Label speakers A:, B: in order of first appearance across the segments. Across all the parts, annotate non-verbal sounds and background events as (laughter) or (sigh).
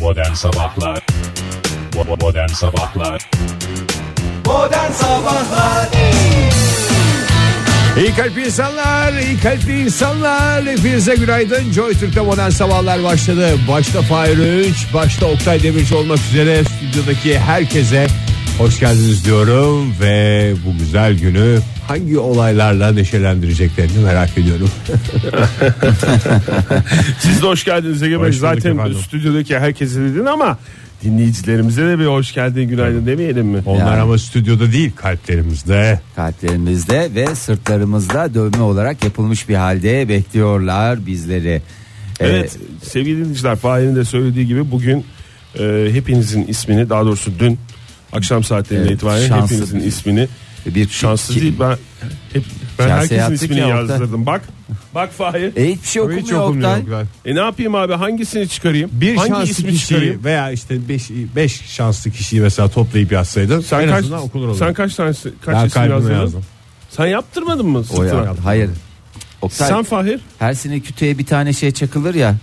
A: Modern Sabahlar Bo- Modern Sabahlar
B: Modern Sabahlar
C: İyi kalp insanlar, iyi kalpli insanlar. Hepinize günaydın. Joy Türk'te modern sabahlar başladı. Başta Fahir Öğünç, başta Oktay Demirci olmak üzere stüdyodaki herkese hoş geldiniz diyorum. Ve bu güzel günü hangi olaylarla neşelendireceklerini merak ediyorum.
D: Siz de hoş geldiniz Ege Bey.
C: Hoş bulduk
D: Zaten
C: efendim.
D: stüdyodaki herkese dedin ama dinleyicilerimize de bir hoş geldin günaydın demeyelim mi?
C: Onlar
B: Yani.
C: ama stüdyoda değil kalplerimizde.
B: Kalplerimizde ve sırtlarımızda dövme olarak yapılmış bir halde bekliyorlar bizleri. Ee,
D: Evet
C: E-
D: sevgili dinleyiciler Fahir'in de söylediği gibi bugün e, hepinizin ismini daha doğrusu dün akşam saatlerinden
B: Evet,
D: itibaren
B: şanslı
D: hepinizin
B: bir-
D: ismini
B: Ee, bir
D: şanssız
B: ki-
D: değil ben hep, ben
B: Ya
D: herkesin
B: seyahatlik
D: ismini
B: ya Oktay.
D: yazdırdım bak bak Fahir.
B: E, hiçbir şey
C: Hiç
B: okumuyor,
C: okunmuyor
B: Oktay.
C: Oktay.
D: E ne yapayım abi hangisini çıkarayım?
C: Bir
D: Hangi
C: şanslı kişiyi veya işte 5 5 şanslı kişiyi mesela toplayıp yazsaydın
D: Sen
C: en
D: kaç,
C: azından okunur olur.
D: sen kaç tane
C: ben
D: kaç isim
C: kalbime
D: yazdın?
C: yazdım.
D: Sen yaptırmadın mı
B: O ya,
D: sırtına?
B: hayır. Oktay
D: Sen Fahir
B: her sene kütüğe bir tane şey çakılır ya.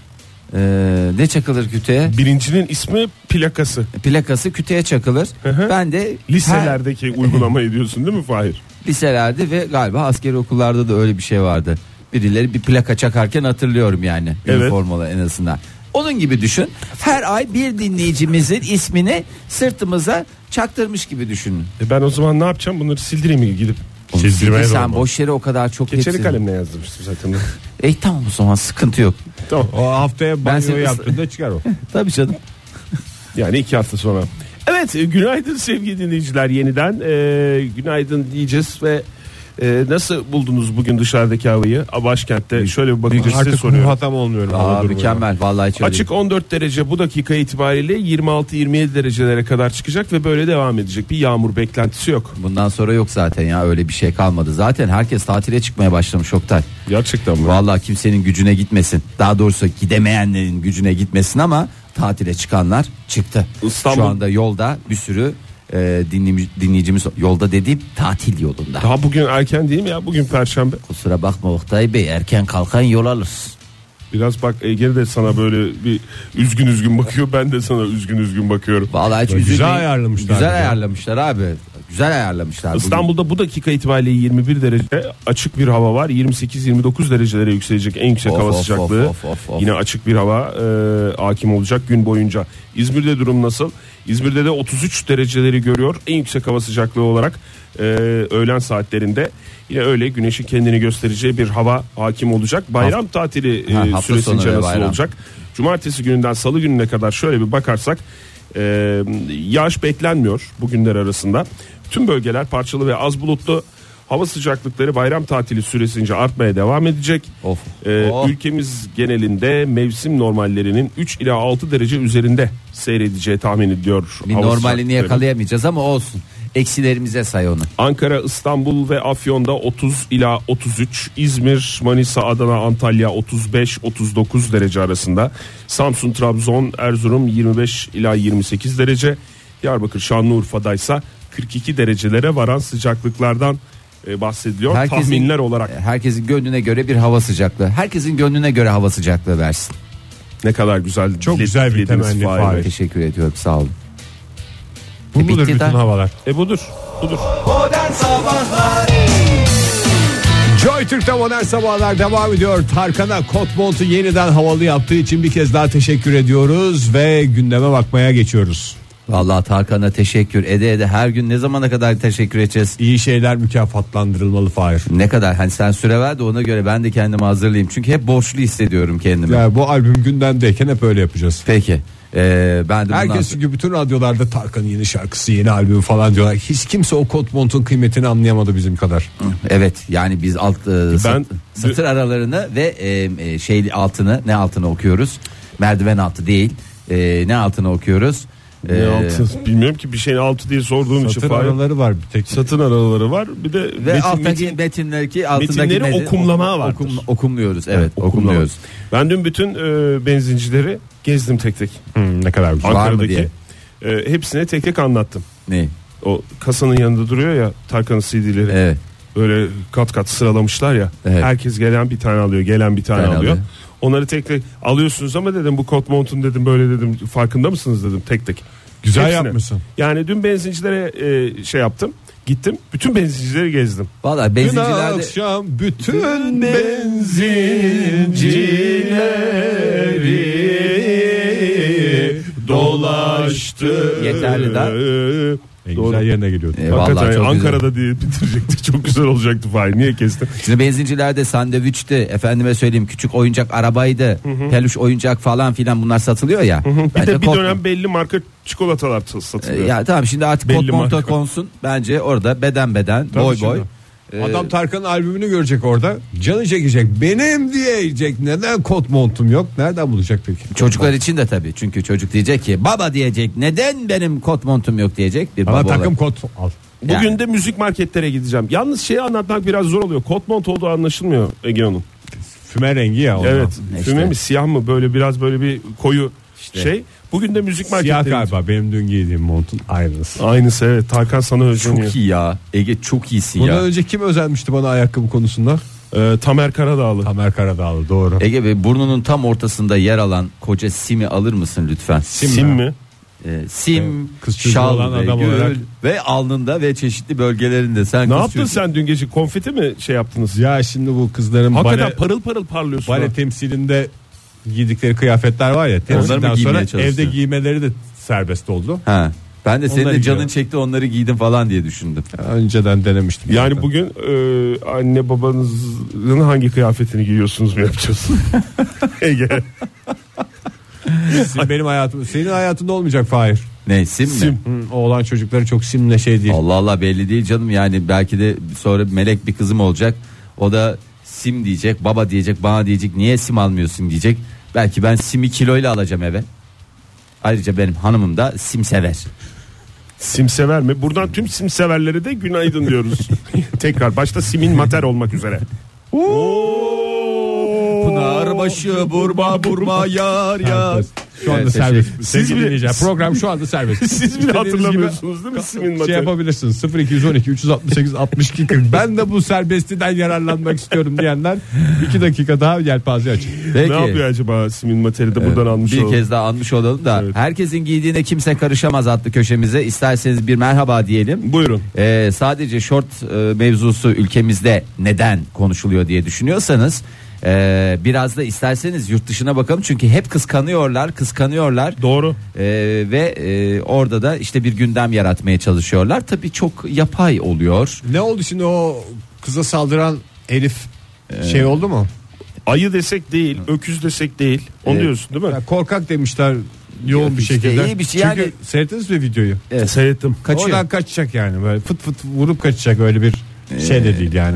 B: Ee, ne çakılır kütüğe?
D: birincinin ismi plakası.
B: Plakası kütüğe çakılır.
D: hı.
B: ben de her-
D: Liselerdeki uygulamayı diyorsun değil mi Fahir?
B: liselerde ve galiba askeri okullarda da öyle bir şey vardı. Birileri bir plaka çakarken hatırlıyorum yani.
D: Evet.
B: Üniformalı en azından. Onun gibi düşün. Her ay bir dinleyicimizin ismini sırtımıza çaktırmış gibi düşünün.
D: E ben o zaman ne yapacağım? Bunları sildireyim mi gidip?
C: Çizdirmeye de
B: Sen
C: olmaz.
B: boş yere o kadar çok
D: Geçeri
B: hepsini-
D: kalemle yazmıştım zaten. (laughs)
B: E tamam o zaman sıkıntı yok.
D: tamam.
C: O haftaya banyo
B: seni-
C: yaptığında
B: (laughs)
C: çıkar o.
B: Tabii canım.
D: Yani iki hafta sonra. Evet e, günaydın sevgili dinleyiciler yeniden. E, günaydın diyeceğiz ve e, nasıl buldunuz bugün dışarıdaki havayı? A, Başkentte şöyle bir bakın size
C: Artık
D: soruyorum.
C: hatam olmuyorum.
B: Aa, mükemmel vallahi hiç öyle
D: Açık 14 derece bu dakika itibariyle 26-27 derecelere kadar çıkacak ve böyle devam edecek. Bir yağmur beklentisi yok.
B: Bundan sonra yok zaten ya öyle bir şey kalmadı. Zaten herkes tatile çıkmaya başlamış Oktay.
D: Gerçekten mi?
B: Vallahi kimsenin gücüne gitmesin. Daha doğrusu gidemeyenlerin gücüne gitmesin ama tatile çıkanlar çıktı.
D: İstanbul-
B: Şu anda yolda bir sürü e, dinleyicimiz, dinleyicimiz yolda dediğim tatil yolunda.
D: Daha bugün erken değil mi ya? Bugün perşembe.
B: Kusura bakma Oktay Bey erken kalkan yol alır.
D: Biraz bak Ege de sana böyle bir üzgün üzgün bakıyor. Ben de sana üzgün üzgün bakıyorum.
B: Vallahi hiç
C: Güzel
B: üzülmeyin.
C: ayarlamışlar
B: Güzel
C: bizi.
B: ayarlamışlar abi. Güzel ayarlamışlar. Bugün-
D: İstanbul'da bu dakika itibariyle 21 derece açık bir hava var. 28-29 derecelere yükselecek en yüksek
B: Of,
D: hava
B: of,
D: sıcaklığı.
B: of, of, of.
D: Yine açık bir hava e, hakim olacak gün boyunca. İzmir'de durum nasıl? İzmir'de de 33 dereceleri görüyor en yüksek hava sıcaklığı olarak e, öğlen saatlerinde. Yine öyle güneşin kendini göstereceği bir hava hakim olacak. Bayram tatili e,
B: Ha, hafta sonu
D: süresince
B: ve
D: nasıl
B: bayram.
D: olacak? Cumartesi gününden salı gününe kadar şöyle bir bakarsak e, yağış beklenmiyor bugünler arasında. Tüm bölgeler parçalı ve az bulutlu. Hava sıcaklıkları bayram tatili süresince artmaya devam edecek.
B: Of.
D: E,
B: Oh.
D: Ülkemiz genelinde mevsim normallerinin 3 ila 6 derece üzerinde seyredeceği tahmin ediliyor.
B: bir
D: hava
B: normalini
D: sıcaklıkları.
B: yakalayamayacağız ama olsun. Eksilerimize say onu.
D: Ankara, İstanbul ve Afyon'da 30 ila 33, İzmir, Manisa, Adana, Antalya 35-39 derece arasında. Samsun, Trabzon, Erzurum 25 ila 28 derece. Diyarbakır, Şanlıurfa'da ise 42 derecelere varan sıcaklıklardan e, bahsediliyor tahminler olarak.
B: Herkesin gönlüne göre bir hava sıcaklığı. Herkesin gönlüne göre hava sıcaklığı versin.
D: Ne kadar güzel.
C: Çok
D: dile-
C: güzel bir
D: dilediniz
C: temenni
D: Fahir
C: Fahir.
D: Bey.
B: Teşekkür ediyorum sağ olun.
C: Bu mudur
B: bitti
C: bütün
B: de.
C: havalar?
D: E budur, budur.
B: Modern Sabahlar
C: Joy Türk'te modern sabahlar devam ediyor. Tarkan'a kot montu yeniden havalı yaptığı için bir kez daha teşekkür ediyoruz ve gündeme bakmaya geçiyoruz.
B: Vallahi Tarkan'a teşekkür ede ede her gün ne zamana kadar teşekkür edeceğiz?
C: İyi şeyler mükafatlandırılmalı Fahir.
B: Ne kadar hani sen süre ver de ona göre ben de kendimi hazırlayayım. Çünkü hep borçlu hissediyorum kendimi.
C: Yani bu albüm gündemdeyken hep öyle yapacağız.
B: Peki. Ee, ben de bundan
C: Herkes
B: sonra-
C: çünkü bütün radyolarda Tarkan'ın yeni şarkısı yeni albümü falan diyorlar. Hiç kimse o kot montun kıymetini anlayamadı bizim kadar.
B: evet yani biz alt e, sat- satır aralarını ve e, e, şey altını ne altını okuyoruz? Merdiven altı değil. E, ne altını okuyoruz?
D: Ne
B: E,
D: altı? Bilmiyorum ki bir şeyin altı diye sorduğum için
C: Satır
D: Fahir.
C: araları var bir tek.
D: Satın araları var. Bir de
B: Ve
D: metin-
B: alttaki
D: metin-
B: metinlerdeki altındaki
D: metinleri
B: metin-
D: okumlama vardır.
B: okum- okumluyoruz evet
D: Okumlama.
B: okumluyoruz.
D: Ben dün bütün e, benzincileri gezdim tek tek.
C: Hmm, ne kadar güzel.
B: mı
D: Ankara'daki.
B: diye?
D: E, hepsine tek tek anlattım.
B: Ne?
D: O kasanın yanında duruyor ya Tarkan'ın CD'leri.
B: Evet.
D: böyle kat kat sıralamışlar ya.
B: Evet.
D: Herkes gelen bir tane alıyor, gelen bir tane
B: Tane
D: alıyor.
B: alıyor.
D: Onları tek tek alıyorsunuz ama dedim bu kot montun dedim böyle dedim farkında mısınız dedim tek tek.
C: Güzel yapmışsın.
D: Yani dün benzincilere e, şey yaptım. Gittim. Bütün benzincileri gezdim.
B: Valla
C: Dün
B: benzincilerde
C: akşam bütün benzincileri dolaştı.
B: Yeterli
D: E,
B: daha.
C: En
D: Doğru.
C: güzel yerine geliyordu.
B: E, vallahi
D: Hakikaten
B: çok güzel.
D: Ankara'da diye bitirecektik. (laughs) Çok güzel olacaktı Fahir. Niye kestin?
B: Şimdi benzincilerde sandviçti efendime söyleyeyim küçük oyuncak arabaydı peluş oyuncak falan filan bunlar satılıyor ya.
D: Bir
B: Bence
D: de bir
B: kot-
D: dönem belli marka çikolatalar sa-
B: E,
D: satılıyor.
B: ya tamam şimdi artık
D: Belli
B: kot monta
D: marka.
B: konsun bence orada beden beden
D: Tabii
B: boy
D: canım.
B: boy. E,
C: Adam Tarkan'ın albümünü görecek orada. Canı çekecek. Benim diyecek. Neden kot montum yok? Nereden bulacak peki?
B: Çocuklar için de tabii çünkü çocuk diyecek ki baba diyecek neden benim kot montum yok diyecek bir
C: Ama
B: baba
C: takım
B: olarak.
C: kot al.
D: Bugün
B: Yani.
D: de müzik marketlere gideceğim. Yalnız şeyi anlatmak biraz zor oluyor. Kot mont olduğu anlaşılmıyor Ege Hanım.
C: Füme rengi ya. ondan.
D: Evet.
B: işte.
D: Füme mi siyah mı böyle biraz böyle bir koyu şey. Bugün de müzik marketlere
C: Siyah
D: gideceğim.
C: galiba benim dün giydiğim montun aynısı.
D: Aynısı evet. Tarkan sana özeniyor.
B: Çok iyi ya Ege çok iyisin
C: Bundan
B: ya.
C: önce kim özenmişti bana ayakkabı konusunda?
D: Ee, Tamer Karadağlı.
C: Tamer Karadağlı doğru.
B: Ege Bey burnunun tam ortasında yer alan koca simi alır mısın lütfen?
D: Sim,
C: Sim
D: mi?
B: E, sim,
C: Kız çocuğu
B: şal
C: olan
B: ve
C: adam
B: gül
C: olarak-
B: ve alnında ve çeşitli bölgelerinde. Sen
D: Ne
B: kız
D: yaptın
B: çocuğu-
D: sen dün gece? Konfeti mi şey yaptınız?
C: Ya şimdi bu kızların
D: Hakikaten
C: bale,
D: parıl parıl parlıyorsun. ha.
C: bale temsilinde giydikleri kıyafetler var ya. Temsilden
B: giymeye
C: sonra
B: çalıştı?
C: evde giymeleri de serbest oldu.
B: Ha. Ben de senin
C: Onları
B: de canın
C: giyiyorum.
B: çekti onları giydin falan diye düşündüm.
C: Önceden denemiştim.
D: Yani
C: zaten.
D: bugün e, anne babanızın hangi kıyafetini giyiyorsunuz mu yapacağız? Ege.
C: Sizin benim hayatım senin hayatında olmayacak Fahir.
B: Ne sim, mi?
C: Hı, Oğlan çocukları çok simle şey değil.
B: Allah Allah belli değil canım yani belki de sonra melek bir kızım olacak. O da sim diyecek baba diyecek bana diyecek niye sim almıyorsun diyecek. Belki ben simi kiloyla alacağım eve. Ayrıca benim hanımım da sim sever.
D: Simsever mi? Buradan tüm simseverlere de günaydın diyoruz. Tekrar başta simin mater olmak üzere.
B: Pınarbaşı burma burma yar yar.
C: Serbest. Şu anda
B: Evet,
C: serbest.
B: teşekkür-
C: Sevgili
D: Siz bile-
C: dinleyiciler, program şu anda (laughs) serbest.
D: Siz bile
C: İstediğiniz
D: hatırlamıyorsunuz değil mi simin
C: gibi şey
D: mater?
C: yapabilirsiniz. 0212 368 62 40. Ben de bu serbestiden yararlanmak istiyorum diyenler 2 dakika daha yelpaze açın.
B: Peki.
D: Ne yapıyor acaba simin materi de buradan almış
B: bir
D: olalım.
B: kez daha anmış olalım da
D: Evet.
B: herkesin giydiğine kimse karışamaz adlı köşemize isterseniz bir merhaba diyelim.
D: Buyurun.
B: Ee, sadece şort e, mevzusu ülkemizde neden konuşuluyor diye düşünüyorsanız e, biraz da isterseniz yurt dışına bakalım çünkü hep kıskanıyorlar kıskanıyorlar
D: Doğru.
B: E, ve e, orada da işte bir gündem yaratmaya çalışıyorlar tabi çok yapay oluyor
C: Ne oldu şimdi o kıza saldıran Elif şey oldu mu?
D: Ayı desek değil, öküz desek değil. Onu
B: Evet.
D: diyorsun değil mi?
C: Ya korkak demişler yoğun
B: Yok
C: bir
B: işte,
C: şekilde.
B: iyi bir şey
C: Çünkü
B: yani.
C: seyrettiniz mi videoyu?
B: Evet.
D: Seyrettim.
B: kaçıyor
C: Oradan kaçacak yani böyle fıt fıt vurup kaçacak öyle bir şey de değil yani.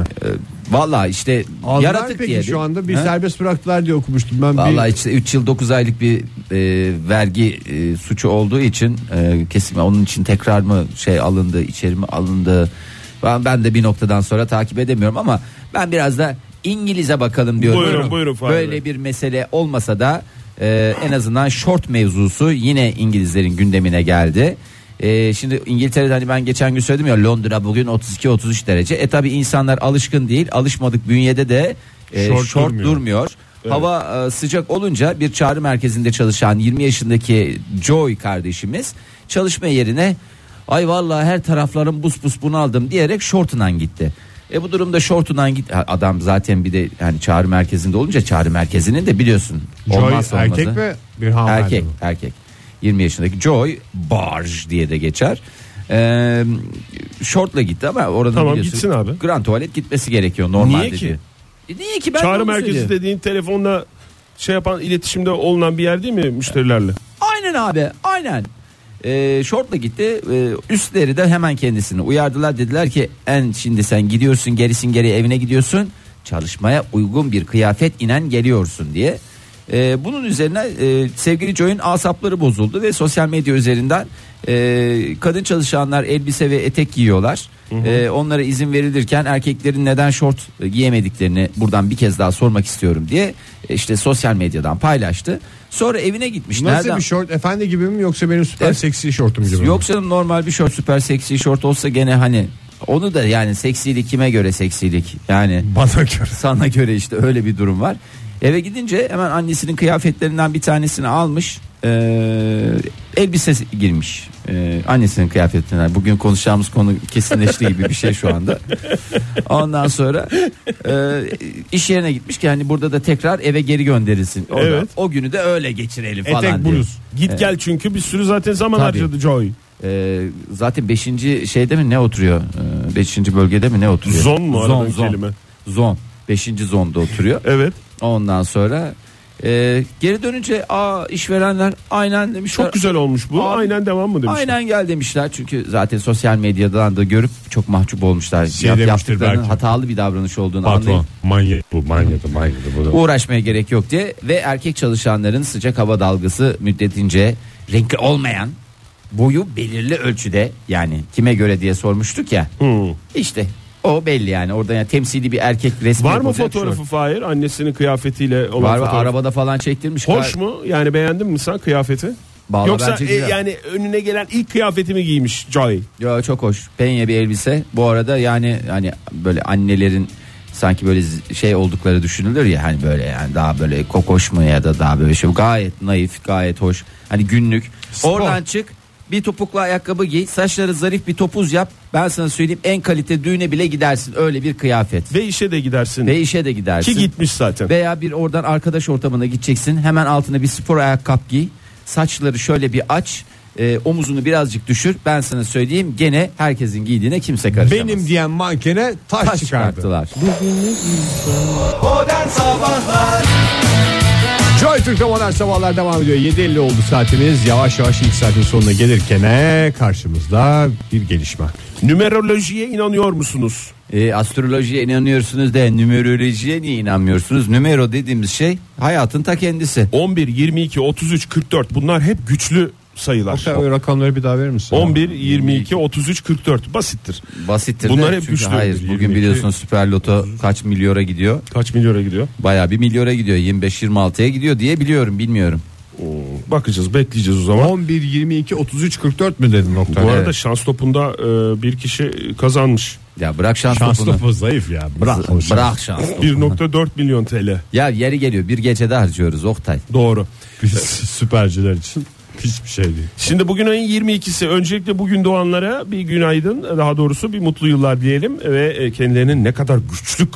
B: valla işte
C: Aldılar
B: yaratık
C: peki
B: diye
C: şu anda bir
B: Ha?
C: serbest bıraktılar diye okumuştum ben.
B: Vallahi
C: bir...
B: işte 3 yıl 9 aylık bir e, vergi e, suçu olduğu için e, kesin onun için tekrar mı şey alındı içeri mi alındı ben, ben de bir noktadan sonra takip edemiyorum ama ben biraz da İngiliz'e bakalım diyorum.
D: Buyurun, buyurun Fahri
B: Böyle
D: Bey.
B: bir mesele olmasa da e, en azından short mevzusu yine İngilizlerin gündemine geldi. E, şimdi İngiltere'de hani ben geçen gün söyledim ya Londra bugün 32-33 derece. E tabi insanlar alışkın değil alışmadık bünyede de e,
D: Short
B: short,
D: durmuyor.
B: durmuyor durmuyor. Hava e, sıcak olunca bir çağrı merkezinde çalışan 20 yaşındaki Joy kardeşimiz çalışma yerine ay vallahi her taraflarım bus bus bunaldım diyerek şortunan gitti. E bu durumda şortunan git Ha, adam zaten bir de yani çağrı merkezinde olunca çağrı merkezinin de biliyorsun
C: Joy
B: olmazsa olmazı.
C: erkek mi bir hanımefendi
B: Erkek
C: mi?
B: erkek. 20 yaşındaki Joy Barge diye de geçer. Ee, şortla gitti ama orada
D: Tamam,
B: biliyorsun,
D: gitsin abi.
B: Grand tuvalet gitmesi gerekiyor normalde.
D: Niye ki?
B: diyor. E niye ki ben de
D: Çağrı
B: onu
D: merkezi
B: söylüyorum.
D: dediğin telefonla şey yapan iletişimde olunan bir yer değil mi müşterilerle?
B: Aynen abi aynen. Ee, şortla gitti. Ee, üstleri de hemen kendisini uyardılar. Dediler ki en şimdi sen gidiyorsun gerisin geri evine gidiyorsun. Çalışmaya uygun bir kıyafet inen geliyorsun diye. Ee, bunun üzerine e, sevgili Joy'un asapları bozuldu ve sosyal medya üzerinden e, kadın çalışanlar elbise ve etek giyiyorlar. E, onlara izin verilirken erkeklerin neden şort e, giyemediklerini buradan bir kez daha sormak istiyorum diye e, işte sosyal medyadan paylaştı. Sonra evine gitmiş.
C: Nasıl
B: Nereden?
C: bir şort efendi gibi mi yoksa benim süper
B: Evet.
C: seksi şortum gibi mi?
B: Yok canım normal bir şort süper seksi şort olsa gene hani Onu da yani seksilik kime göre seksilik? Yani
C: Bana göre.
B: sana göre işte öyle bir durum var. Eve gidince hemen annesinin kıyafetlerinden bir tanesini almış. E, elbise girmiş. E, annesinin kıyafetinden. Bugün konuşacağımız konu kesinleşti gibi bir şey şu anda. Ondan sonra e, iş yerine gitmiş ki hani burada da tekrar eve geri gönderilsin. O, da-
D: Evet. E
B: o günü de öyle geçirelim falan
D: Etek
B: diye.
D: bluz. Git gel çünkü bir sürü zaten zaman
B: Tabii.
D: harcadı Joy.
B: E, zaten 5. şeyde mi ne oturuyor? 5. bölgede mi ne oturuyor?
D: Zon mu aradığın kelime?
B: Zon. 5. zonda oturuyor.
D: Evet.
B: Ondan sonra e, geri dönünce aa işverenler aynen demişler.
D: Çok güzel olmuş bu.
B: Ee, Abi-
D: Aynen devam mı demişler?
B: Aynen gel demişler çünkü zaten sosyal medyadan da görüp çok mahcup olmuşlar.
C: Şey
B: Yap-
C: demiştir
B: yaptıklarının
C: belki.
B: hatalı bir davranış olduğunu anlayıp
C: Patron. Manyak bu manyadı manyadı. Bu da-
B: uğraşmaya gerek yok diye ve erkek çalışanların sıcak hava dalgası müddetince renkli olmayan boyu belirli ölçüde yani kime göre diye sormuştuk ya
D: Hı.
B: işte o belli yani orada yani temsili bir erkek resmi
D: Var mı
B: yapılacak
D: fotoğrafı
B: şu-
D: Fahir? Annesinin kıyafetiyle olan
B: Var var
D: fotoğraf.
B: arabada falan çektirmiş.
D: Hoş mu? Yani beğendin mi sen kıyafeti?
B: Vallahi
D: Yoksa
B: bence
D: e,
B: güzel.
D: yani önüne gelen ilk kıyafeti mi giymiş Joy?
B: Ya çok hoş. Penye bir elbise. Bu arada yani hani böyle annelerin sanki böyle z- şey oldukları düşünülür ya hani böyle yani daha böyle kokoş mu ya da daha böyle şey gayet naif gayet hoş hani günlük
C: Spor.
B: oradan çık bir topuklu ayakkabı giy saçları zarif bir topuz yap ben sana söyleyeyim en kalite düğüne bile gidersin öyle bir kıyafet
D: Ve işe de gidersin.
B: ve işe de gidersin
D: Ki gitmiş zaten.
B: veya bir oradan arkadaş ortamına gideceksin hemen altına bir spor ayakkabı giy saçları şöyle bir aç e, omuzunu birazcık düşür ben sana söyleyeyim gene herkesin giydiğine kimse karışamaz.
C: Benim diyen mankene taş,
B: taş
C: çıkardı.
B: çıkarttılar.
C: Joy Türk'te modern sabahlar devam ediyor. 7.50 oldu saatimiz. Yavaş yavaş ilk saatin sonuna gelirken karşımızda bir gelişme.
D: Numerolojiye inanıyor musunuz?
B: E, astrolojiye inanıyorsunuz da numerolojiye niye inanmıyorsunuz? Numero dediğimiz şey hayatın ta kendisi.
D: 11, 22, 33, 44 bunlar hep güçlü sayılar.
C: Oktay, o rakamları bir daha verir misin?
D: 11, 22, 33, 44 basittir.
B: Basittir
D: Bunlar
B: de
D: hep
B: çünkü
D: güçlü.
B: hayır. Bugün
D: 22.
B: biliyorsunuz Süper Loto kaç milyora gidiyor?
D: Kaç milyona gidiyor?
B: Baya bir milyora gidiyor. 25-26'ya gidiyor diye biliyorum bilmiyorum.
D: Bakacağız bekleyeceğiz o zaman.
C: 11, 22, 33, 44 mü dedin nokta?
D: Bu arada
B: Evet.
D: şans topunda e, bir kişi kazanmış.
B: Ya bırak şans,
C: Şans
B: topunu.
C: topu zayıf ya. Bırak. o şans.
B: Bırak şans.
D: 1.4 milyon TL.
B: Ya yeri geliyor bir gecede harcıyoruz Oktay.
D: Doğru.
C: Biz süperciler için hiçbir şey değil.
D: Şimdi bugün ayın 22'si. Öncelikle bugün doğanlara bir günaydın, daha doğrusu bir mutlu yıllar diyelim ve e, kendilerinin ne kadar güçlü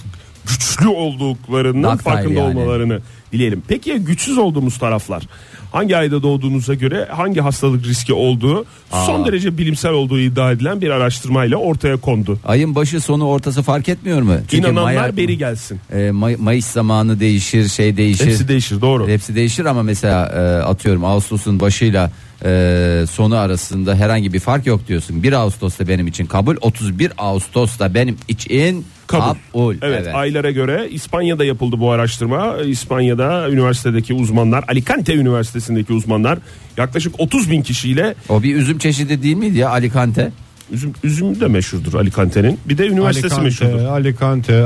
D: güçlü olduklarının
B: Nakdaylı
D: farkında
B: yani.
D: olmalarını dileyelim. Peki ya güçsüz olduğumuz taraflar? Hangi ayda doğduğunuza göre hangi hastalık riski olduğu son derece bilimsel olduğu iddia edilen bir araştırmayla ortaya kondu.
B: Ayın başı sonu ortası fark etmiyor mu? Çünkü
D: İnananlar
B: Maya-
D: beri gelsin.
B: E, May- Mayıs zamanı değişir, şey değişir.
D: Hepsi değişir doğru.
B: Hepsi değişir ama mesela e, atıyorum Ağustos'un başıyla e, sonu arasında herhangi bir fark yok diyorsun. 1 Ağustos'ta benim için kabul, 31 Ağustos'ta benim için kabul.
D: Evet, aylara göre İspanya'da yapıldı bu araştırma. İspanya'da üniversitedeki uzmanlar, Alicante Üniversitesi'ndeki uzmanlar yaklaşık 30 bin kişiyle
B: O bir üzüm çeşidi değil miydi ya Alicante?
D: üzüm, üzüm de meşhurdur Alicante'nin. Bir de üniversitesi meşhurdur.
C: Alicante,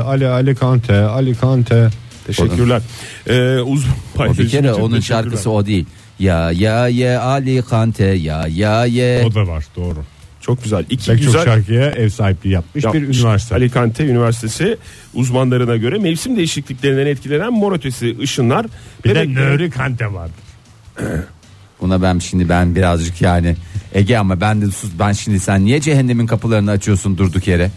C: Alicante, Ali Alicante, Alicante.
D: Teşekkürler. Ee, uz-
B: O bir
D: paylaşım
B: kere
D: için
B: onun
D: teşekkürler.
B: şarkısı o değil. Ya ya ye Alicante ya ya ye.
C: O da var doğru.
D: çok güzel. İki
C: Pek
D: güzel
C: çok şarkıya ev sahipliği yapmış, bir
D: yapmış.
C: üniversite.
D: Alicante Üniversitesi uzmanlarına göre mevsim değişikliklerinden etkilenen mor ötesi ışınlar
C: bir de
D: bebeklerin-
C: Nöri Kante vardı.
B: Buna ben şimdi ben birazcık yani Ege ama ben de sus ben şimdi sen niye cehennemin kapılarını açıyorsun durduk yere?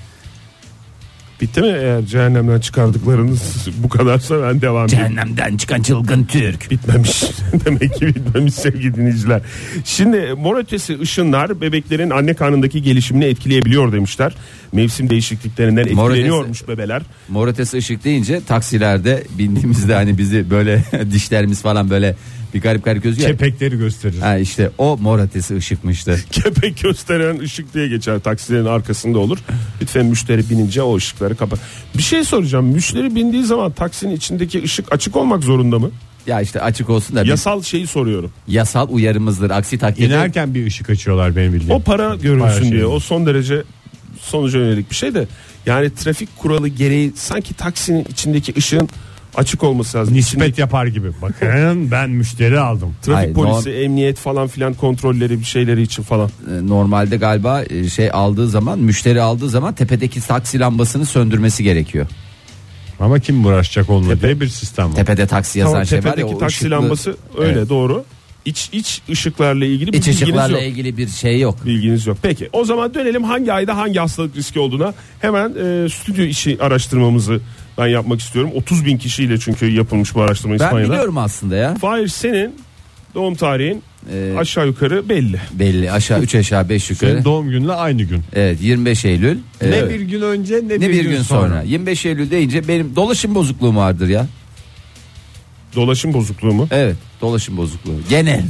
D: Bitti mi eğer cehennemden çıkardıklarınız bu kadarsa ben devam edeyim.
B: Cehennemden çıkan çılgın Türk.
D: Bitmemiş. (laughs) Demek ki bitmemiş sevgili dinleyiciler. Şimdi mor ötesi ışınlar bebeklerin anne karnındaki gelişimini etkileyebiliyor demişler. Mevsim değişikliklerinden
B: Mor ötesi-
D: etkileniyormuş bebeler. (laughs)
B: Mor ötesi ışık deyince taksilerde bindiğimizde hani bizi böyle (laughs) dişlerimiz falan böyle bir garip garip gözüyor. ya.
C: Kepekleri gösterir.
B: Ha işte o mor ötesi ışıkmıştı.
D: Kepek gösteren ışık diye geçer. Taksilerin arkasında olur. Lütfen müşteri binince o ışıkları kapat. Bir şey soracağım. Müşteri bindiği zaman taksinin içindeki ışık açık olmak zorunda mı?
B: Ya işte açık olsun da bir
D: Yasal şeyi soruyorum.
B: yasal uyarımızdır. Aksi takdirde
C: İnerken bir ışık açıyorlar benim bildiğim.
D: O para görünsün
C: Para şey.
D: diye. O son derece sonuca yönelik bir şey de. Yani trafik kuralı gereği sanki taksinin içindeki ışığın açık olması lazım.
C: Nispet yapar gibi. Bakın ben müşteri aldım.
D: Trafik
B: Hayır,
D: polisi, emniyet falan filan kontrolleri bir şeyleri için falan.
B: E, normalde galiba e, şey aldığı zaman müşteri aldığı zaman tepedeki taksi lambasını söndürmesi gerekiyor.
C: Ama kim uğraşacak onunla diye bir sistem var.
B: Tepede taksi yazan
D: Tamam,
B: şey var ya
D: tepedeki
B: o
D: taksi
B: ışıklı-
D: lambası öyle
B: Evet.
D: doğru. İç iç ışıklarla ilgili bir
B: İç
D: bilginiz
B: ışıklarla
D: yok.
B: ilgili bir şey yok.
D: Bilginiz yok. Peki o zaman dönelim hangi ayda hangi hastalık riski olduğuna. Hemen e, stüdyo işi araştırmamızı ben yapmak istiyorum. 30 bin kişiyle çünkü yapılmış bu araştırma
B: Ben
D: İspanya'da.
B: biliyorum aslında ya.
D: Fahir senin doğum tarihin
B: Ee,
D: aşağı yukarı belli.
B: Belli aşağı 3 aşağı 5 yukarı.
C: Senin doğum gününe aynı gün.
B: Evet 25 Eylül. Evet.
C: Ne bir gün önce ne,
B: ne bir gün sonra. 25 Eylül deyince benim dolaşım bozukluğum vardır ya.
D: Dolaşım bozukluğu mu?
B: Evet dolaşım bozukluğu. Genel.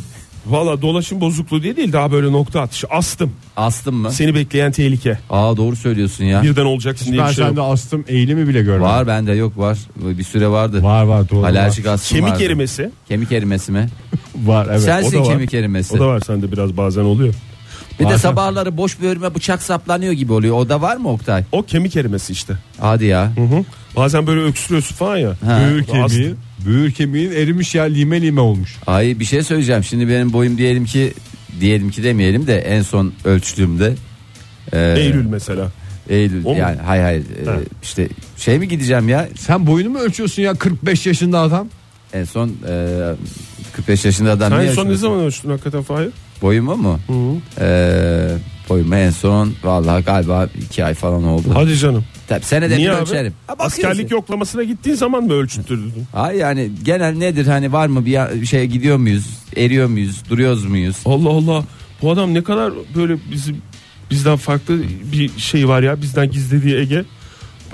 D: Valla dolaşım bozukluğu diye değil daha böyle nokta atışı. Astım.
B: Astım mı?
D: Seni bekleyen tehlike.
B: Aa doğru söylüyorsun ya.
D: Birden olacaksın diye
C: Ben
D: bir şey yok.
C: sende astım eğilimi bile görmedim.
B: Var bende yok var. Bir süre vardı.
C: var, var doğru.
B: Alerjik astım
D: Kemik
B: vardı.
D: erimesi.
B: Kemik erimesi mi?
C: Var, var evet.
B: Sensin
D: o da var.
B: kemik erimesi.
D: O da var sende biraz bazen oluyor.
B: bir de
C: Var.
B: sabahları boş bölüme bıçak saplanıyor gibi oluyor. O da var mı Oktay?
D: O kemik erimesi işte.
B: Hadi ya.
D: Hı hı. Bazen böyle öksürüyorsun falan ya.
B: Ha.
C: Büğür
D: Astım.
C: kemiği, büğür kemiğin erimiş ya lime lime olmuş.
B: Ay bir şey söyleyeceğim. Şimdi benim boyum diyelim ki diyelim ki demeyelim de en son ölçtüğümde e,
D: Eylül mesela.
B: Eylül
D: O mu?
B: yani hay hay e,
D: Ha.
B: işte şey mi gideceğim ya
C: Sen boyunu mu ölçüyorsun ya 45 yaşında adam?
B: en son e, 45 yaşında adam
D: Sen
B: niye
D: en son ne
B: ölçmüyorsun?
D: zaman ölçtün hakikaten Fahir?
B: boyumu mu? E, boyumu en son vallahi galiba 2 ay falan oldu.
D: Hadi canım.
B: Tabii senede
D: Niye
B: bir
D: abi?
B: ölçerim. Ha, bakıyorsun.
D: Askerlik yoklamasına gittiğin zaman mı ölçtürdün?
B: Ay yani genel nedir hani var mı bir ya- bir şeye gidiyor muyuz? Eriyor muyuz? Duruyoruz muyuz?
D: Allah Allah. Bu adam ne kadar böyle bizim bizden farklı bir şey var ya bizden gizlediği Ege. Ben,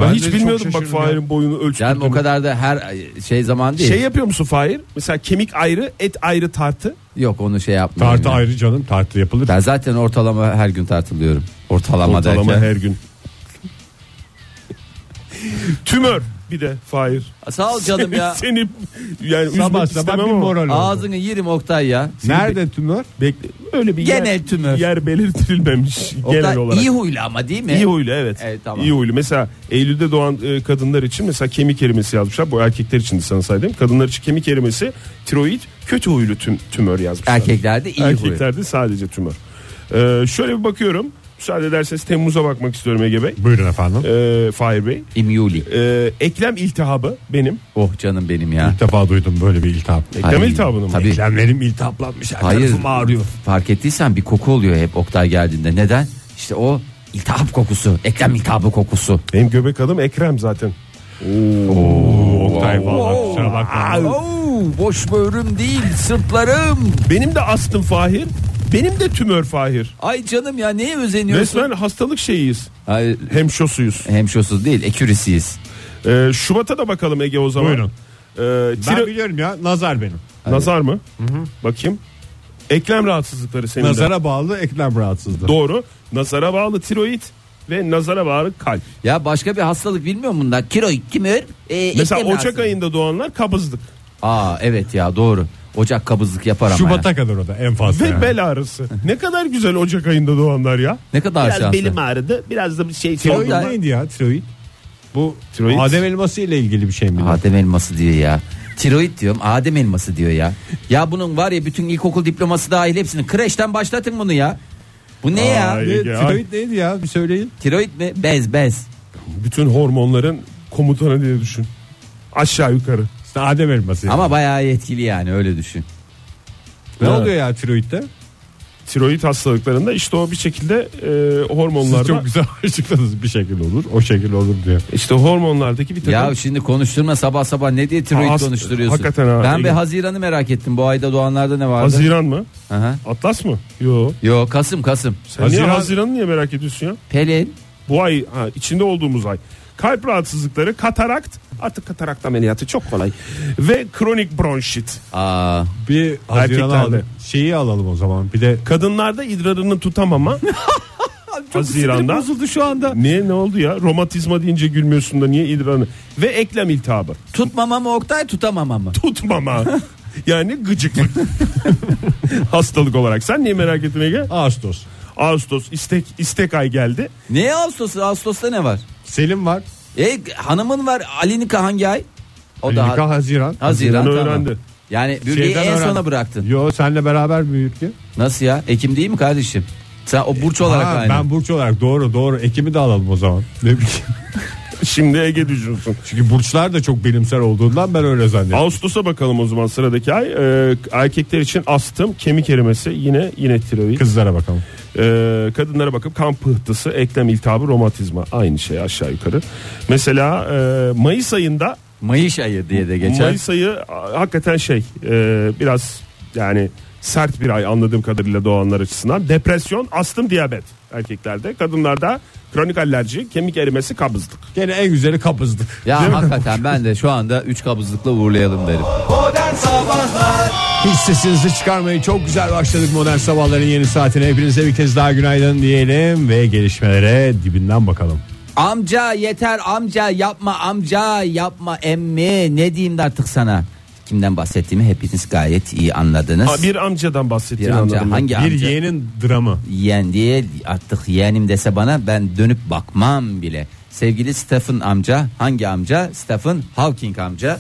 C: Ben de
D: hiç
C: çok
D: bilmiyordum bak
C: şaşırdım ya.
D: Fahir'in boyunu ölçtürdüğünü.
B: Yani o kadar da her şey zaman değil.
D: Şey yapıyor musun Fahir? Mesela kemik ayrı, et ayrı tartı.
B: Yok onu şey yapmıyorum.
C: Tartı
B: ya.
C: ayrı canım tartı yapılır.
B: Ben zaten ortalama her gün tartılıyorum. Ortalama,
D: Ortalama
B: derken.
D: her gün. Tümör bir de Fahir.
B: Sağ ol canım
D: (laughs)
B: ya.
D: Seni
C: sabah
D: yani üzmek
C: sabah
D: istemem
C: bir
D: ama
C: moral oldu.
B: Ağzını yerim Oktay ya.
C: Nerede tümör?
D: bekle- öyle bir
B: Genel
D: yer,
B: tümör.
D: yer belirtilmemiş genel
B: Oktay
D: olarak.
B: iyi huylu ama değil mi?
D: İyi huylu evet.
B: Evet, tamam.
D: İyi huylu. Mesela Eylül'de doğan e, kadınlar için mesela kemik erimesi yazmışlar. Bu erkekler için de sana saydım. Kadınlar için kemik erimesi, tiroid, kötü huylu tüm, tümör yazmışlar.
B: Erkeklerde iyi huy.
D: Erkeklerde sadece tümör. Ee, şöyle bir bakıyorum. Müsaade ederseniz Temmuz'a bakmak istiyorum Ege Bey.
C: Buyurun efendim.
D: Ee, Fahir Bey.
B: İmyuli.
D: Ee, eklem iltihabı benim.
B: Oh canım benim ya.
C: İlk defa duydum böyle bir iltihap.
D: Eklem
B: Ay,
D: iltihabını mı?
B: tabii.
C: Eklemlerim iltihaplanmış. Her
B: Hayır.
C: tarafım ağrıyor.
B: Fark ettiysen bir koku oluyor hep Oktay geldiğinde. Neden? İşte o iltihap kokusu. Eklem iltihabı kokusu.
D: Benim göbek adım Ekrem zaten.
C: Oktay falan kusura bakma.
B: boş böğrüm değil sırtlarım.
D: Benim de astım Fahir. Benim de tümör Fahir.
B: Ay canım ya neye özeniyorsun?
D: Resmen hastalık şeyiyiz.
B: Ay,
D: Hemşosuyuz.
B: hemşosuz değil ekürisiyiz.
D: Ee, Şubat'a da bakalım Ege o zaman.
C: Buyurun.
D: Ee,
C: Ben
D: tiro-
C: biliyorum ya nazar benim.
D: Nazar mı? Bakayım. Eklem rahatsızlıkları senin de.
C: Nazara bağlı eklem rahatsızlığı.
D: Doğru. Nazara bağlı tiroid ve nazara bağlı kalp.
B: Ya başka bir hastalık bilmiyor musun lan? Kiroid, tümör, e,
D: Mesela
B: eklem
D: Ocak
B: rahatsızlığı.
D: ayında doğanlar kabızlık
B: Aa evet ya doğru. Ocak kabızlık yapar ama.
C: Şubat'a
B: ya.
C: kadar o da en fazla.
D: ve
C: yani.
D: bel ağrısı. ne kadar güzel Ocak ayında doğanlar ya.
B: Ne kadar şanslı.
D: ağrıdı. Biraz da bir şey
C: Tiroid
B: Tiroid-
C: neydi ya tiroid? Bu
D: Tiroid.
C: Adem elması ile ilgili bir şey mi?
B: Adem elması diyor ya. Tiroid diyorum Adem elması diyor ya. Ya bunun var ya bütün ilkokul diploması dahil hepsini kreşten başlatın bunu ya. Bu ne ya?
D: Ay.
C: Ne, E, tiroid neydi ya bir söyleyin.
B: Tiroid mi? Bez bez.
D: Bütün hormonların komutanı diye düşün. Aşağı yukarı.
C: İşte Adem elması.
B: Ama bayağı etkili yani öyle düşün.
C: ne
D: Evet.
C: oluyor ya tiroidde?
D: Tiroid hastalıklarında işte o bir şekilde e, hormonlarda
C: Siz çok güzel (laughs) açıkladınız bir şekil olur o şekil olur diye.
D: işte hormonlardaki bir takım
B: Ya şimdi konuşturma sabah sabah ne diye tiroid
D: Ha, as-
B: konuşturuyorsun?
D: hakikaten ha,
B: ben bir
D: iyi.
B: Haziran'ı merak ettim. Bu ayda doğanlarda ne vardı?
D: Haziran mı?
B: Aha.
D: Atlas mı? Yok.
B: Yo Kasım Kasım.
D: Sen Haziran... niye
C: Haziran-
D: Haziran'ı niye merak ediyorsun ya?
B: Pelin.
D: Bu ay ha, içinde olduğumuz ay. Kalp rahatsızlıkları, katarakt, artık katarakt ameliyatı çok kolay ve kronik bronşit.
B: Aa,
C: Bir Haziran'a
D: Erkeklerde.
C: alalım. Şeyi alalım o zaman. Bir de
D: Kadınlarda idrarını (laughs) tutamama. Haziran'da. bozuldu şu anda. Niye ne oldu ya? Romatizma deyince gülmüyorsun da niye idrarını? Ve eklem iltihabı. (laughs)
B: tutmamama mı Oktay tutamama mı?
D: Tutmama. yani (laughs) gıcıklık. Hastalık olarak. Sen niye merak ettin Ege?
C: Ağustos.
D: Ağustos istek istek ay geldi.
B: Ne Ağustos'u? Ağustos'ta ne var?
C: Selim var.
B: E hanımın var Alinika hangi ay? O
C: Nikah
B: daha
C: Haziran.
B: Haziran
D: Haziran
B: tamam.
D: öğrendi.
B: Yani bürgeyi
C: Şeyden
B: en
C: öğrendi.
B: sona bıraktın.
C: Yo senle beraber büyüdük ki.
B: Nasıl ya? Ekim değil mi kardeşim? Sen o burç olarak
C: Ha,
B: aynı.
C: ben Burç olarak doğru doğru Ekim'i de alalım o zaman. Ne bileyim. (laughs)
D: Şimdi Ege düşünsün.
C: Çünkü Burçlar da çok bilimsel olduğundan ben öyle zannediyorum.
D: Ağustos'a bakalım o zaman sıradaki ay. Ee, erkekler için astım, kemik erimesi, yine yine tiroid.
C: Kızlara bakalım.
D: Ee, kadınlara bakıp kan pıhtısı, eklem iltihabı, romatizma. Aynı şey aşağı yukarı. Mesela e, Mayıs ayında
B: Mayış ayı diye de geçer.
D: Mayıs ayı a- hakikaten şey e, biraz yani sert bir ay anladığım kadarıyla doğanlar açısından. Depresyon, astım, diyabet erkeklerde. Kadınlarda kronik alerji, kemik erimesi, kabızlık.
C: Gene en güzeli kabızlık.
B: Ya hakikaten ben de şu anda 3 kabızlıkla uğurlayalım derim.
C: Hiç sesinizi çıkarmayın. Çok güzel başladık modern sabahların yeni saatine. Hepinize bir kez daha günaydın diyelim ve gelişmelere dibinden bakalım.
B: Amca yeter amca yapma amca yapma emmi ne diyeyim de artık sana. Kimden bahsettiğimi hepiniz gayet iyi anladınız.
D: Aa, bir amcadan bahsettiğini
B: Bir amca,
D: anladım. ben.
B: hangi
C: Bir
B: amca?
C: yeğenin dramı.
B: yeğen diye artık yeğenim dese bana ben dönüp bakmam bile. Sevgili Stephen amca hangi amca? Stephen Hawking amca.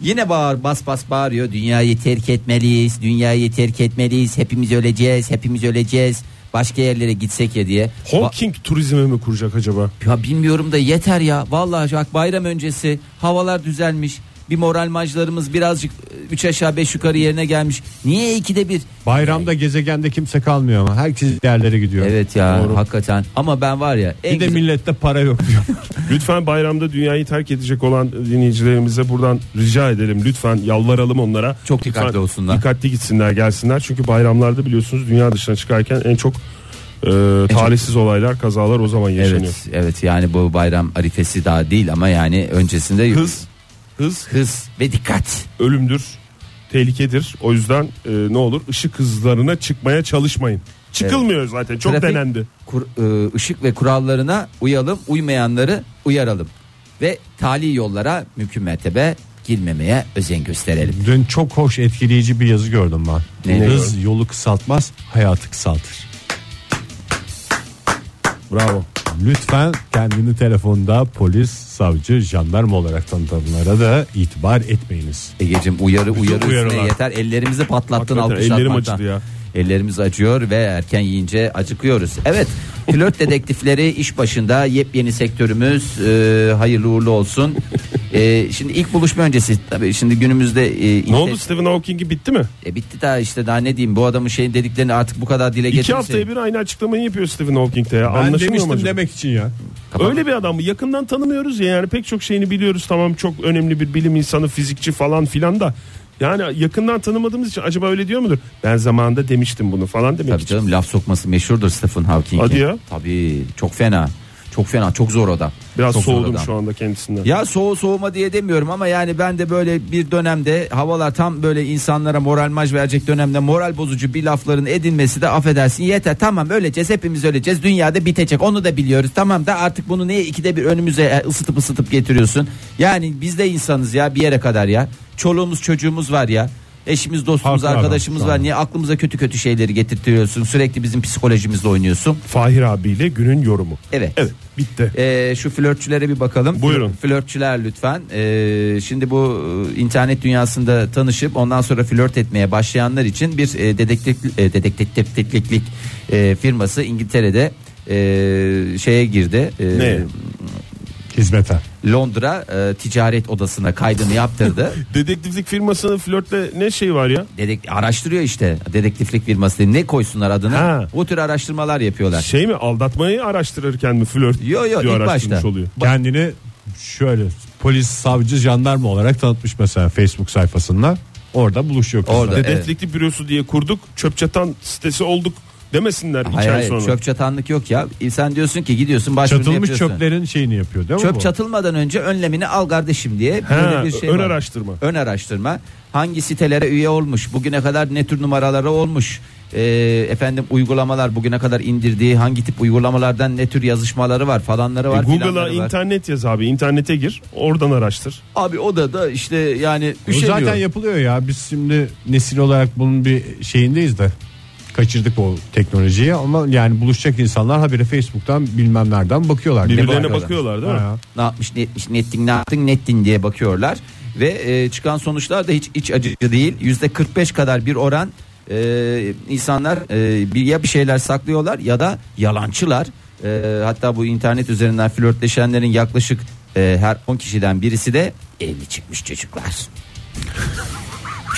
B: Yine bağır bas bas bağırıyor dünyayı terk etmeliyiz dünyayı terk etmeliyiz hepimiz öleceğiz hepimiz öleceğiz başka yerlere gitsek ya diye. Ba-
D: Hawking turizmi mi kuracak acaba?
B: ya bilmiyorum da yeter ya. Vallahi bak bayram öncesi havalar düzelmiş. Bir moral majlarımız birazcık 3 aşağı 5 yukarı yerine gelmiş. Niye ikide bir?
C: Bayramda gezegende kimse kalmıyor ama herkes yerlere gidiyor.
B: Evet ya
C: Doğru.
B: hakikaten. Ama ben var ya en
C: Bir de
B: güzel-
C: millette para yok diyor.
D: Lütfen bayramda dünyayı terk edecek olan dinleyicilerimize buradan rica edelim. Lütfen yalvaralım onlara.
B: Çok dikkatli
D: Lütfen
B: olsunlar.
D: Dikkatli gitsinler gelsinler. Çünkü bayramlarda biliyorsunuz dünya dışına çıkarken en çok e, talihsiz olaylar kazalar o zaman yaşanıyor.
B: Evet, evet yani bu bayram arifesi daha değil ama yani öncesinde
D: Hız, hız
B: hız ve dikkat.
D: ölümdür, tehlikedir. O yüzden e, ne olur ışık hızlarına çıkmaya çalışmayın. Çıkılmıyor zaten çok
B: Trafik-
D: denendi.
B: Kur, e, ışık ve kurallarına uyalım, uymayanları uyaralım ve tali yollara mümkün mertebe girmemeye özen gösterelim.
C: Dün çok hoş etkileyici bir yazı gördüm ben.
B: Ne
C: Hız yolu kısaltmaz, hayatı kısaltır. Bravo. Lütfen kendini telefonda polis, savcı, jandarma olarak tanıtanlara da itibar etmeyiniz.
B: Egeciğim uyarı uyarı üstüne
C: uyarılar.
B: yeter. Ellerimizi patlattın
D: Hakikaten
B: alkışlatmaktan.
D: ellerim acıdı ya.
B: Ellerimiz acıyor ve erken yiyince acıkıyoruz.
D: (laughs)
B: Evet. Flört dedektifleri iş başında yepyeni sektörümüz e, hayırlı uğurlu olsun. E, şimdi ilk buluşma öncesi tabii şimdi günümüzde e,
D: Ne oldu
B: internet-
D: Stephen Hawking'i bitti mi?
B: E, bitti daha işte daha ne diyeyim bu adamın şeyin dediklerini artık bu kadar dile
D: İki
B: getirmesin.
D: haftaya bir aynı açıklamayı yapıyor Stephen Hawking de ya.
C: Ben
D: Anlaşılmıyor
C: demiştim
D: mu acaba?
C: demek için ya.
D: Öyle bir adam mı? Yakından tanımıyoruz ya yani pek çok şeyini biliyoruz tamam çok önemli bir bilim insanı fizikçi falan filan da yani yakından tanımadığımız için acaba öyle diyor mudur? Ben zamanında demiştim bunu falan demek
B: Tabii
D: için.
B: canım laf sokması meşhurdur Stephen Hawking.
D: Hadi ya.
B: Tabii çok fena. Çok fena çok zor adam.
D: Biraz
B: çok zor
D: soğudum
B: adam.
D: şu anda kendisinden.
B: Ya soğu soğuma diye demiyorum ama yani ben de böyle bir dönemde havalar tam böyle insanlara moral maj verecek dönemde moral bozucu bir lafların edilmesi de affedersin yeter tamam öleceğiz hepimiz öleceğiz dünyada bitecek onu da biliyoruz tamam da artık bunu niye ikide bir önümüze e, ısıtıp ısıtıp getiriyorsun yani biz de insanız ya bir yere kadar ya çoluğumuz çocuğumuz var ya eşimiz dostumuz
C: Haklı adam,
B: arkadaşımız
C: sağ
B: var
C: ol.
B: niye aklımıza kötü kötü şeyleri getirtiyorsun sürekli bizim psikolojimizle oynuyorsun
D: Fahir abiyle günün yorumu.
B: evet
D: Evet bitti.
B: ee, şu flörtçülere bir bakalım.
D: Buyurun.
B: Flörtçüler lütfen. Ee, şimdi bu e, internet dünyasında tanışıp ondan sonra flört etmeye başlayanlar için bir e, dedektif e, dedektif dedektiflik e, firması İngiltere'de e, şeye girdi. E,
D: Ne?
C: Hizmete.
B: Londra e, ticaret odasına kaydını
D: (laughs)
B: yaptırdı.
D: Dedektiflik firmasının flörtle ne şey var ya?
B: Dedek araştırıyor işte dedektiflik firması diye. ne koysunlar adını?
D: Ha.
B: Bu tür araştırmalar yapıyorlar.
D: Şey mi aldatmayı araştırırken mi flört
B: Yo, yo,
D: diyor
B: ilk
D: araştırmış
B: başta.
D: oluyor.
C: Kendini şöyle polis, savcı, jandarma olarak tanıtmış mesela Facebook sayfasında. Orada buluşuyor kızlar.
B: Orada. Evet.
D: Dedektiflik bürosu diye kurduk çöp çatan sitesi olduk demesinler iki
B: Hayır
D: ay
B: hayır
D: sonra.
B: çöp çatanlık yok ya. E, Sen diyorsun ki gidiyorsun başvurunu
C: Çatılmış
B: yapıyorsun.
C: çöplerin şeyini yapıyor değil mi
B: Çöp
C: bu?
B: çatılmadan önce önlemini al kardeşim diye böyle
D: Ha,
B: bir şey
D: ön
B: var.
D: araştırma.
B: Ön araştırma. Hangi sitelere üye olmuş? Bugüne kadar ne tür numaraları olmuş? Ee, efendim uygulamalar bugüne kadar indirdiği hangi tip uygulamalardan ne tür yazışmaları var falanları
D: E,
B: var. filanları
D: Google'a
B: var.
D: internet yaz abi internete gir oradan araştır.
B: Abi o da da işte yani
C: Bu
D: Şey
B: üşeniyor.
C: zaten yapılıyor ya. Biz şimdi nesil olarak bunun bir şeyindeyiz de kaçırdık o teknolojiyi ama yani buluşacak insanlar habire Facebook'tan bilmem nereden bakıyorlar.
D: Birbirlerine
B: bakıyorlar?
D: bakıyorlar değil mi?
C: Ha.
B: ne yapmış ne etmiş ne ettin ne yaptın ne ettin diye bakıyorlar. Ve e, çıkan sonuçlar da hiç iç acıcı değil. Yüzde 45 kadar bir oran e, insanlar e, bir, ya bir şeyler saklıyorlar ya da yalancılar. E, hatta bu internet üzerinden flörtleşenlerin yaklaşık e, her 10 kişiden birisi de evli çıkmış çocuklar. (laughs)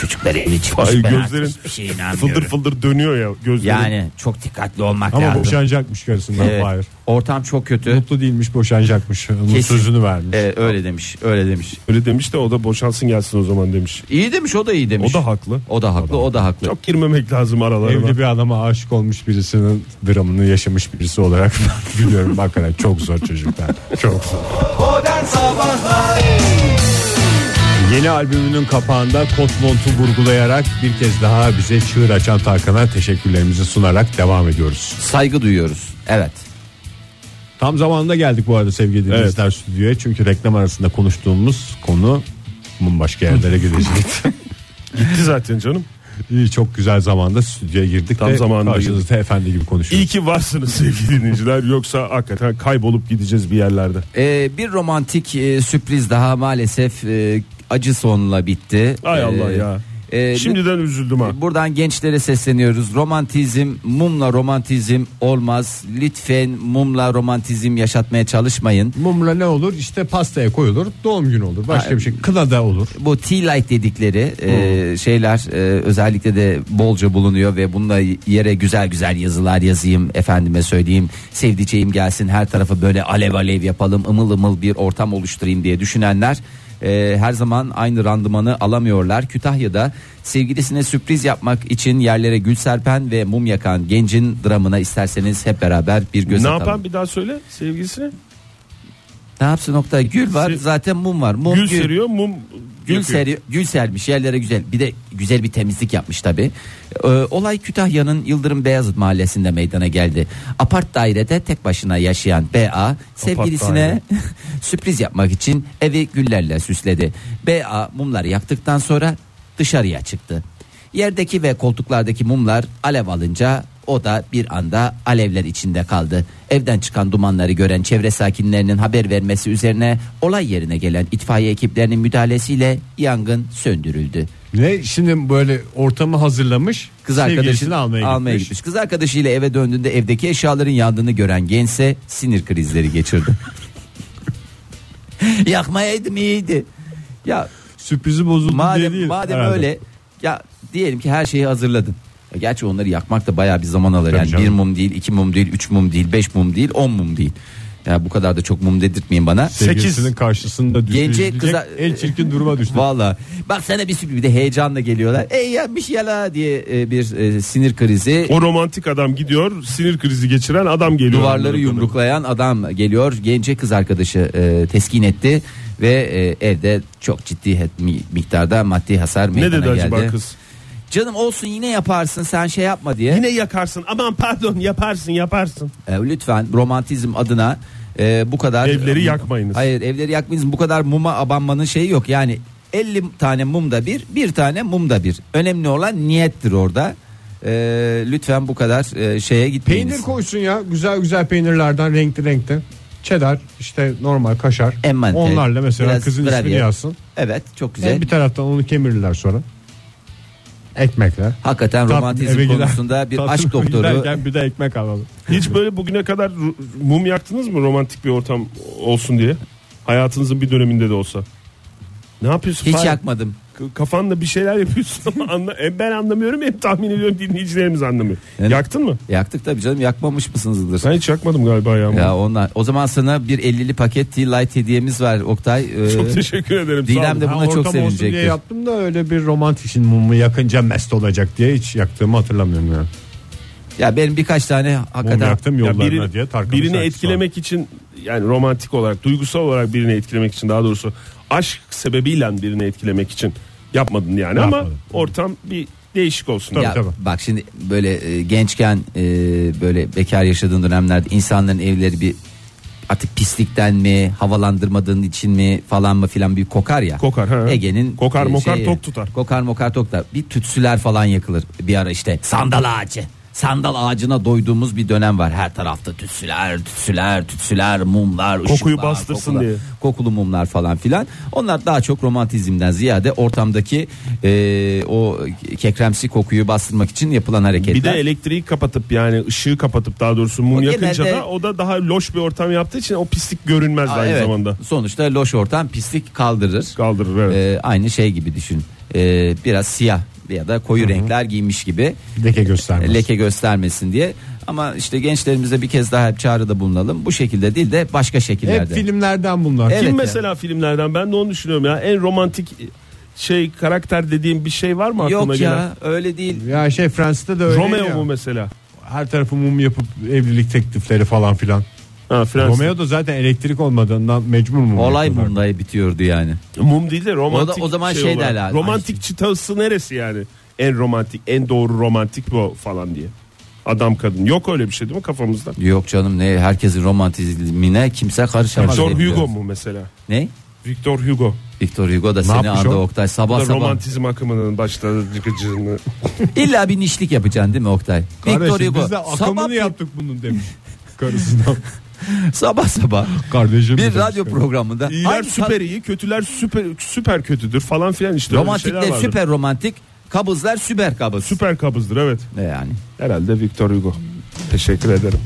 B: Çocuklar evli çıkmış.
D: Ay,
B: ben artık
D: gözlerin
B: hiçbir şeye
D: Fıldır
B: inanmıyorum.
D: fıldır dönüyor ya gözlerim.
B: Yani çok dikkatli olmak
C: Ama
B: lazım.
C: boşanacakmış karısından
B: Evet,
C: Fahir.
B: ortam çok kötü.
C: Mutlu değilmiş boşanacakmış. Onun
B: Kesin.
C: sözünü vermiş.
B: E, öyle demiş, öyle demiş.
D: Öyle demiş de o da boşansın gelsin o zaman demiş.
B: İyi demiş, o da iyi
D: O
B: demiş.
D: da haklı.
B: O da haklı, o da haklı.
D: Çok girmemek lazım aralarına.
C: Evli bir adama aşık olmuş birisinin dramını yaşamış birisi olarak (laughs) biliyorum hakikaten çok zor çocuklar. Çok zor. Yeni albümünün kapağında kot montu vurgulayarak bir kez daha bize çığır açan Tarkan'a teşekkürlerimizi sunarak devam ediyoruz.
B: Saygı duyuyoruz. Evet.
C: Tam zamanında geldik bu arada sevgili dinleyiciler stüdyoya. Çünkü reklam arasında konuştuğumuz konu bambaşka yerlere gidecek.
D: (laughs) Gitti zaten canım.
C: İyi, Çok güzel zamanda stüdyoya girdik
D: Tam
C: ve
D: zamanında
C: karşınızda efendi gibi konuşuyoruz.
D: İyi ki varsınız (laughs) sevgili dinleyiciler. Yoksa hakikaten kaybolup gideceğiz bir yerlerde.
B: Ee, bir romantik e, sürpriz daha maalesef e, acı sonla bitti.
D: Ay
B: Ee,
D: Allah ya.
B: e,
D: Şimdiden üzüldüm ha.
B: Buradan gençlere sesleniyoruz. Romantizm mumla romantizm olmaz. Lütfen mumla romantizm yaşatmaya çalışmayın.
C: Mumla ne olur? İşte pastaya koyulur. Doğum günü olur. Başka bir şey. Kına da olur.
B: Bu tea light dedikleri
D: Hmm.
B: e, şeyler e, özellikle de bolca bulunuyor ve bununla yere güzel güzel yazılar yazayım efendime söyleyeyim sevdiceğim gelsin her tarafı böyle alev alev yapalım ımıl ımıl bir ortam oluşturayım diye düşünenler e, her zaman aynı randımanı alamıyorlar. Kütahya'da sevgilisine sürpriz yapmak için yerlere gül serpen ve mum yakan gencin dramına isterseniz hep beraber bir göz
D: ne
B: atalım.
D: yapan bir daha söyle sevgilisine.
B: Ne yapsın nokta gül var
D: Se-
B: zaten mum var. Mum
D: Şey- Gül seriyor mum
B: Gül,
D: yakıyor.
B: seri, gül sermiş yerlere güzel bir de güzel bir temizlik yapmış tabi. olay Kütahya'nın Yıldırım Beyazıt mahallesinde meydana geldi. Apart dairede tek başına yaşayan BA sevgilisine (laughs) sürpriz yapmak için evi güllerle süsledi. BA mumları yaktıktan sonra dışarıya çıktı. Yerdeki ve koltuklardaki mumlar alev alınca o da bir anda alevler içinde kaldı. Evden çıkan dumanları gören çevre sakinlerinin haber vermesi üzerine olay yerine gelen itfaiye ekiplerinin müdahalesiyle yangın söndürüldü.
C: Ne şimdi böyle ortamı hazırlamış.
B: Kız
C: sevgilisini
B: arkadaşını
C: almaya, gitmiş.
B: Kız arkadaşıyla eve döndüğünde evdeki eşyaların yandığını gören gençse sinir krizleri geçirdi. (laughs) Yakmayaydım iyiydi. Ya
C: Sürprizi bozuldu diye
B: madem
C: değil.
B: madem
C: herhalde.
B: öyle ya diyelim ki her şeyi hazırladın. Ya Gerçi onları yakmak da bayağı bir zaman alır. Yani
C: canım.
B: bir mum değil, iki mum değil, üç mum değil, beş mum değil, on mum değil. Ya bu kadar da çok mum dedirtmeyin bana.
C: Sevgilisinin
D: Sekiz.
C: karşısında
B: Gence
C: düşünecek
B: kıza-
C: en çirkin
B: (laughs)
C: duruma düştü.
B: Valla bak sana bir sürpriz bir de heyecanla geliyorlar. Ey yapmış yala diye e, bir e, sinir krizi.
D: O romantik adam gidiyor sinir krizi geçiren adam geliyor.
B: Duvarları
D: Onların kadar.
B: yumruklayan adam geliyor. Gence kız arkadaşı e, teskin etti ve e, evde çok ciddi het- mi- miktarda maddi hasar
D: Ne
B: meydana
D: dedi
B: geldi.
D: acaba kız?
B: Canım olsun yine yaparsın sen şey yapma diye.
D: Yine yakarsın aman pardon yaparsın yaparsın.
B: E, lütfen romantizm adına e, bu kadar
D: Evleri yakmayınız.
B: Hayır evleri yakmayınız. Bu kadar muma abanmanın şeyi yok. Yani 50 tane mumda bir, bir tane mumda bir. Önemli olan niyettir orada. E, lütfen bu kadar e, şeye gitmeyiniz.
C: Peynir koysun ya güzel güzel peynirlerden renkli renkli. Çedar işte normal kaşar.
B: Emmental,
C: Onlarla mesela
B: biraz
C: kızın
B: gravyer.
C: ismini yazsın.
B: Evet, çok güzel.
C: Hem bir taraftan onu kemirler sonra. Ekmekle.
B: Hakikaten
C: Tatlı eve
B: romantizm
C: gider-
B: konusunda bir
C: (laughs) tatlı
B: aşk doktoru.
C: giderken bir de ekmek alalım.
D: Hiç böyle bugüne kadar ru- mum yaktınız mı romantik bir ortam olsun diye? Hayatınızın bir döneminde de olsa. Ne yapıyorsun?
B: Hiç
D: Fahir?
B: yakmadım.
D: K- Kafanla bir şeyler yapıyorsun ama (laughs) anla, hem ben anlamıyorum hem tahmin ediyorum dinleyicilerimiz anlamıyor.
B: Evet.
D: Yaktın mı?
B: Yaktık tabii canım yakmamış mısınızdır?
D: Ben hiç yakmadım galiba ya.
B: Ya onlar. O zaman sana bir 50'li paket Tea Light hediyemiz var Oktay. Ee,
D: Çok (laughs) teşekkür ederim. sağ
B: Didem
D: olun.
B: de
C: Ha,
B: buna çok
C: ortam olsun diye
B: sevinecektir.
C: yaptım da öyle bir romantik mumu yakınca mest olacak diye hiç yaktığımı hatırlamıyorum yani.
B: Ya benim birkaç tane
C: Mum
B: hakikaten
C: yaktım
D: Ya
C: yollarına
D: biri-
C: diye Tarkan'ın
D: birini
C: şarkısı
D: etkilemek için yani romantik olarak duygusal olarak birini etkilemek için daha doğrusu aşk sebebiyle birini etkilemek için yapmadın yani ama
C: Yapmadım.
D: ortam bir değişik olsun.
B: ya,
C: tabii.
B: bak şimdi böyle e, gençken e, böyle bekar yaşadığın dönemlerde insanların evleri bir artık pislikten mi havalandırmadığın için mi falan mı filan bir kokar ya.
D: Kokar, ha.
B: Ege'nin e, şey,
D: Kokar, mokar,
B: şeyi-
D: tok tutar.
B: Kokar mokar tok tutar. Bir tütsüler falan yakılır bir ara işte sandal ağacı. Sandal ağacına doyduğumuz bir dönem var. Her tarafta tütsüler, tütsüler, tütsüler, mumlar,
D: Kokuyu
B: ışıklar,
D: bastırsın
B: kokular,
D: diye.
B: kokulu mumlar falan filan. Onlar daha çok romantizmden ziyade ortamdaki e, o kekremsi kokuyu bastırmak için yapılan hareketler.
D: Bir de elektriği kapatıp yani ışığı kapatıp daha doğrusu mum
B: O
D: yakınca
B: genelde-
D: da o da daha loş bir ortam yaptığı için o pislik görünmez
B: Aa,
D: aynı
B: evet.
D: zamanda.
B: Sonuçta loş ortam pislik kaldırır.
D: Kaldırır evet.
B: Ee, aynı şey gibi düşün. Ee, biraz siyah ya da koyu renkler giymiş gibi
C: Leke göstermez.
B: E, leke göstermesin diye. Ama işte gençlerimize bir kez daha hep çağrıda bulunalım. Bu şekilde değil de başka
C: Hep
B: şekillerde.
C: filmlerden bunlar.
B: Evet.
D: Kim
B: yani.
D: mesela filmlerden ben de onu düşünüyorum ya en romantik şey karakter dediğim bir şey var mı aklına
B: Yok
D: gelen?
B: ya öyle değil.
C: Ya şey Fransa'da da öyle.
D: Romeo
C: ya.
D: mu mesela?
C: Her tarafı mum yapıp evlilik teklifleri falan filan.
D: Ha, Fransız.
C: Romeo da zaten elektrik olmadığından mecbur mum.
B: Olay
C: yapıyorlar.
B: mumdaya bitiyordu yani.
D: Mum değil de romantik.
B: O da- o zaman şey
D: olarak.
B: derler.
D: Romantik çıtası neresi yani? En romantik, en doğru romantik bu falan diye. Adam kadın. Yok öyle bir şey değil mi kafamızda?
B: Yok canım ne herkesin romantizmine kimse karışamaz.
D: Victor
B: diye
D: Hugo
B: biliyorum.
D: mu mesela?
B: Ne?
D: Victor Hugo.
B: Victor Hugo da seni
C: yapmış
B: andı
C: o?
B: Oktay
D: Bu
B: sabah
D: da
B: sabah.
D: romantizm akımının başlatıcısını.
B: İlla bir nişlik yapacaksın değil mi Oktay? Victor
C: Kardeşim
B: Hugo
C: biz de akımını
B: sabah,
C: yaptık bunun demiş. Karısından.
B: sabah sabah
C: Kardeşim.
B: bir
C: demiş.
B: radyo programında
D: İyiler
B: Hangi
D: süper iyi, kötüler süper süper kötüdür falan filan işte. öyle şeyler
B: Romantikler
D: vardır.
B: süper romantik, kabızlar süper kabız.
D: Süper kabızdır evet.
B: Yani.
D: Herhalde Victor Hugo. Teşekkür ederim.